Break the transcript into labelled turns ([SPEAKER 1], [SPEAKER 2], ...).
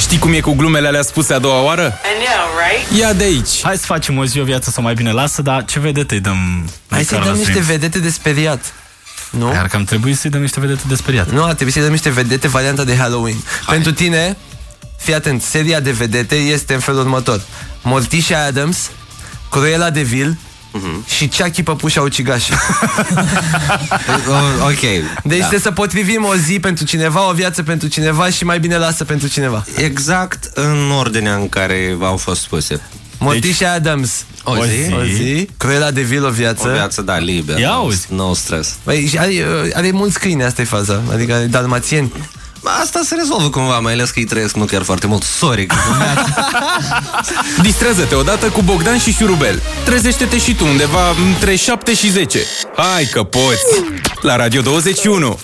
[SPEAKER 1] Știi cum e cu glumele alea spuse a doua oară?
[SPEAKER 2] I know, right?
[SPEAKER 1] Ia de aici!
[SPEAKER 3] Hai să facem o zi, o viață să o mai bine lasă, dar ce vedete îi dăm?
[SPEAKER 4] Hai să-i dăm niște vedete de speriat. Nu?
[SPEAKER 3] Iar că am trebuit să-i dăm niște vedete de speriat.
[SPEAKER 4] Nu, ar trebui să-i dăm niște vedete varianta de Halloween. Hai. Pentru tine, fii atent, seria de vedete este în felul următor. Morticia Adams, Cruella de Vil
[SPEAKER 5] Mhm.
[SPEAKER 4] și Chucky Păpușa Ucigașă.
[SPEAKER 5] O, ok.
[SPEAKER 4] Deci
[SPEAKER 5] da.
[SPEAKER 4] da. să potrivim o zi pentru cineva, o viață pentru cineva și mai bine lasă pentru cineva.
[SPEAKER 5] Exact în ordinea în care au fost spuse.
[SPEAKER 4] Morticia Adams.
[SPEAKER 5] O zi?
[SPEAKER 4] O zi. Cruella de Vil, o viață.
[SPEAKER 5] O viață, da, liberă.
[SPEAKER 3] Ia
[SPEAKER 5] no-
[SPEAKER 3] auzi.
[SPEAKER 5] No stres.
[SPEAKER 4] Băi, și are, uh, are mulți câini, asta e faza. Adică are dalmațieni.
[SPEAKER 5] Asta se rezolvă cumva, mai ales că îi trăiesc nu chiar foarte mult. Sorry, că
[SPEAKER 1] Distrează-te odată cu Bogdan și Șurubel. Trezește-te și tu undeva între 7 și 10. Hai că poți! La Radio 21!